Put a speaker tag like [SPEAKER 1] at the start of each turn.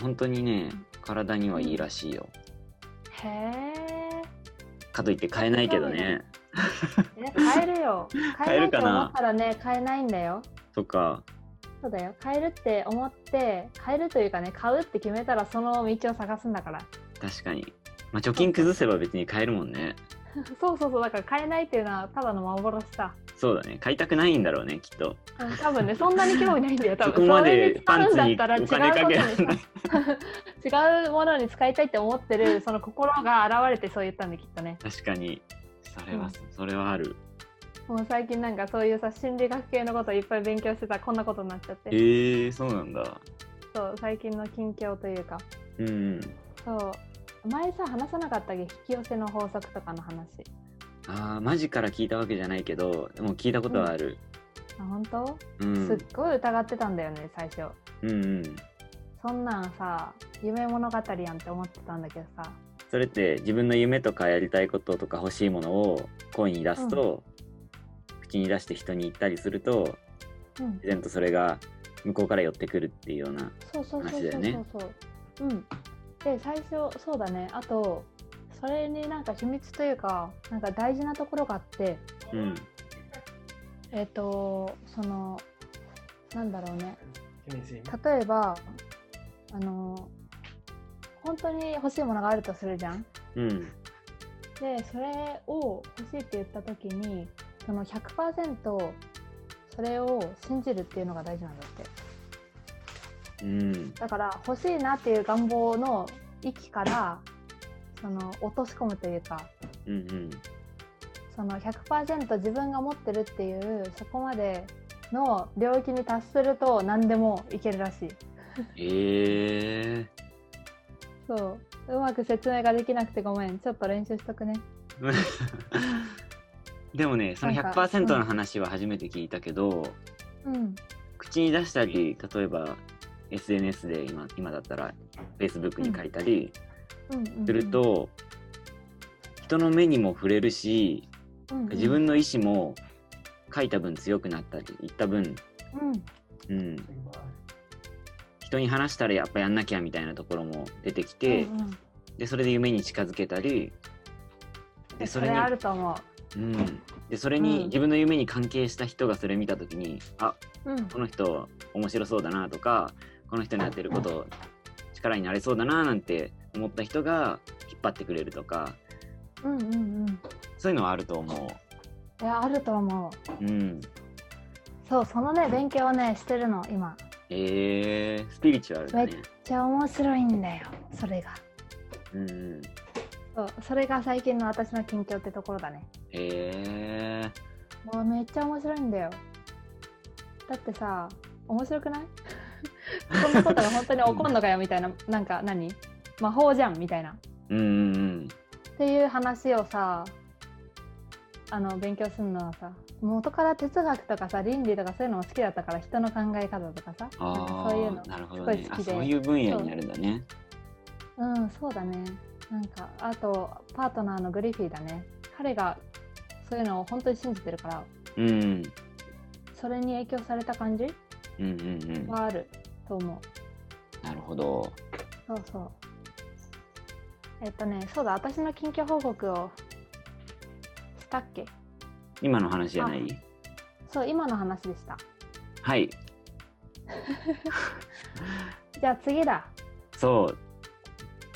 [SPEAKER 1] 本当にね体にはいいらしいよ
[SPEAKER 2] へえ。
[SPEAKER 1] かといって買えないけどね
[SPEAKER 2] え買え るよ。
[SPEAKER 1] 買え
[SPEAKER 2] 買えな
[SPEAKER 1] る
[SPEAKER 2] い
[SPEAKER 1] か
[SPEAKER 2] と
[SPEAKER 1] な
[SPEAKER 2] 思ったらね、買えないんだよ。
[SPEAKER 1] とか
[SPEAKER 2] そうだよ。買えるって思って、買えるというかね、買うって決めたらその道を探すんだから。
[SPEAKER 1] 確かに、まあ、貯金崩せば別に買えるもんね
[SPEAKER 2] そうそうそう、だから買えないっていうのはただの幻 さ。
[SPEAKER 1] そうだね買いたくないんだろうねきっと
[SPEAKER 2] うん多分ね、そんなに興味ないんだよ、多
[SPEAKER 1] そ
[SPEAKER 2] 分。
[SPEAKER 1] こま
[SPEAKER 2] れ
[SPEAKER 1] でパンツに
[SPEAKER 2] 使うんだったら
[SPEAKER 1] お金かけ
[SPEAKER 2] 違う
[SPEAKER 1] る
[SPEAKER 2] こと
[SPEAKER 1] んだ
[SPEAKER 2] にさ 違うものに使いたいって思ってる、その心が現れてそう言ったんで、きっとね。
[SPEAKER 1] 確かにそれ
[SPEAKER 2] う
[SPEAKER 1] は
[SPEAKER 2] ん
[SPEAKER 1] それはある
[SPEAKER 2] もう最近なんかそういうさ、心理学系のこといっぱい勉強してたらこんなことになっちゃって。
[SPEAKER 1] へえー、そうなんだ
[SPEAKER 2] そう、最近の近況というか。
[SPEAKER 1] うん
[SPEAKER 2] そう前さ話さなかったっけ引き寄せの法則とかの話
[SPEAKER 1] あーマジから聞いたわけじゃないけどでも聞いたことはある、
[SPEAKER 2] あ本当、
[SPEAKER 1] うん
[SPEAKER 2] すっごい疑ってたんだよね最初
[SPEAKER 1] うんうん
[SPEAKER 2] そんなんさ夢物語やんって思ってたんだけどさ
[SPEAKER 1] それって自分の夢とかやりたいこととか欲しいものを声に出すと、口に出して人に言ったりすると
[SPEAKER 2] うん
[SPEAKER 1] 自然とそれが向こうから寄ってくるっていうような
[SPEAKER 2] そうそうそう
[SPEAKER 1] 話
[SPEAKER 2] そ
[SPEAKER 1] だ
[SPEAKER 2] う
[SPEAKER 1] よ
[SPEAKER 2] そう
[SPEAKER 1] ね
[SPEAKER 2] そう、うんで最初そうだねあとそれになんか秘密というかなんか大事なところがあって
[SPEAKER 1] うん
[SPEAKER 2] えっ、とそのなんだろうね
[SPEAKER 3] ケミ先生
[SPEAKER 2] 例えばあの本当に欲しいものがあるとするじゃん
[SPEAKER 1] うん
[SPEAKER 2] でそれを欲しいって言った時にその100%それを信じるっていうのが大事なんだって
[SPEAKER 1] うん
[SPEAKER 2] だから欲しいなっていう願望の域からその落とし込むというか
[SPEAKER 1] うんうん
[SPEAKER 2] その100%自分が持ってるっていうそこまでの領域に達すると何でもいけるらしい
[SPEAKER 1] え
[SPEAKER 2] そううまく説明ができなくてごめんちょっと練習しとくね
[SPEAKER 1] ー、でもねその
[SPEAKER 2] なんか
[SPEAKER 1] 100%の話は初めて聞いたけど
[SPEAKER 2] うん
[SPEAKER 1] 口に出したり例えば SNS で今今だったら Facebook に書いたり
[SPEAKER 2] うんうんうん
[SPEAKER 1] すると、人の目にも触れるし
[SPEAKER 2] うんうん
[SPEAKER 1] 自分の意志も書いた分強くなったり言った分、
[SPEAKER 2] う
[SPEAKER 1] う
[SPEAKER 2] ん
[SPEAKER 1] ん、人に話したらやっぱやんなきゃみたいなところも出てきて、
[SPEAKER 2] うんうん
[SPEAKER 1] でそれで夢に近づけたりでそ
[SPEAKER 2] そ
[SPEAKER 1] れ
[SPEAKER 2] れ
[SPEAKER 1] に
[SPEAKER 2] あると思
[SPEAKER 1] うん、でそれ
[SPEAKER 2] うん
[SPEAKER 1] に自分の夢に関係した人がそれ見た時に、あ
[SPEAKER 2] ううん
[SPEAKER 1] この人面白そうだなとかこの人にやってること力になれそうだななんて思った人が引っ張ってくれるとか
[SPEAKER 2] うんうんうん
[SPEAKER 1] そういうのはあると思
[SPEAKER 2] いやあると思う
[SPEAKER 1] う。うん、
[SPEAKER 2] そうそのね勉強をねしてるの今めっ
[SPEAKER 1] えー、スピリチュアルだね。
[SPEAKER 2] ちゃ面白いんだよそれが
[SPEAKER 1] うんうん、
[SPEAKER 2] そうそれが最近の私の近況ってところだね
[SPEAKER 1] え
[SPEAKER 2] もうめっちゃ面白いんだよだってさ面白くないこんなことが本当に起こんのかよみたいななんか何魔法じゃんみたいなっ
[SPEAKER 1] ー、うんうんうん
[SPEAKER 2] ていう話をさあの勉強するのはさ元から哲学とかさ倫理とかそういうのも好きだったから人の考え方とかさなん
[SPEAKER 1] あ
[SPEAKER 2] かそういうの
[SPEAKER 1] あなるほど
[SPEAKER 2] す
[SPEAKER 1] ね
[SPEAKER 2] ごい好
[SPEAKER 1] あ
[SPEAKER 2] きで
[SPEAKER 1] そういう分野になるんだね。
[SPEAKER 2] うん、そうだね。なんか、あと、パートナーのグリフィーだね。彼が、そういうのを本当に信じてるから、
[SPEAKER 1] うんうん
[SPEAKER 2] それに影響された感じ
[SPEAKER 1] うんうん
[SPEAKER 2] はあると思
[SPEAKER 1] なるほど。
[SPEAKER 2] う。そうそう。えっとね、そうだ、私の近況報告をしたっけ
[SPEAKER 1] 今の話じゃない
[SPEAKER 2] そう、今の話でした。
[SPEAKER 1] はい
[SPEAKER 2] じゃあ次だ。
[SPEAKER 1] そう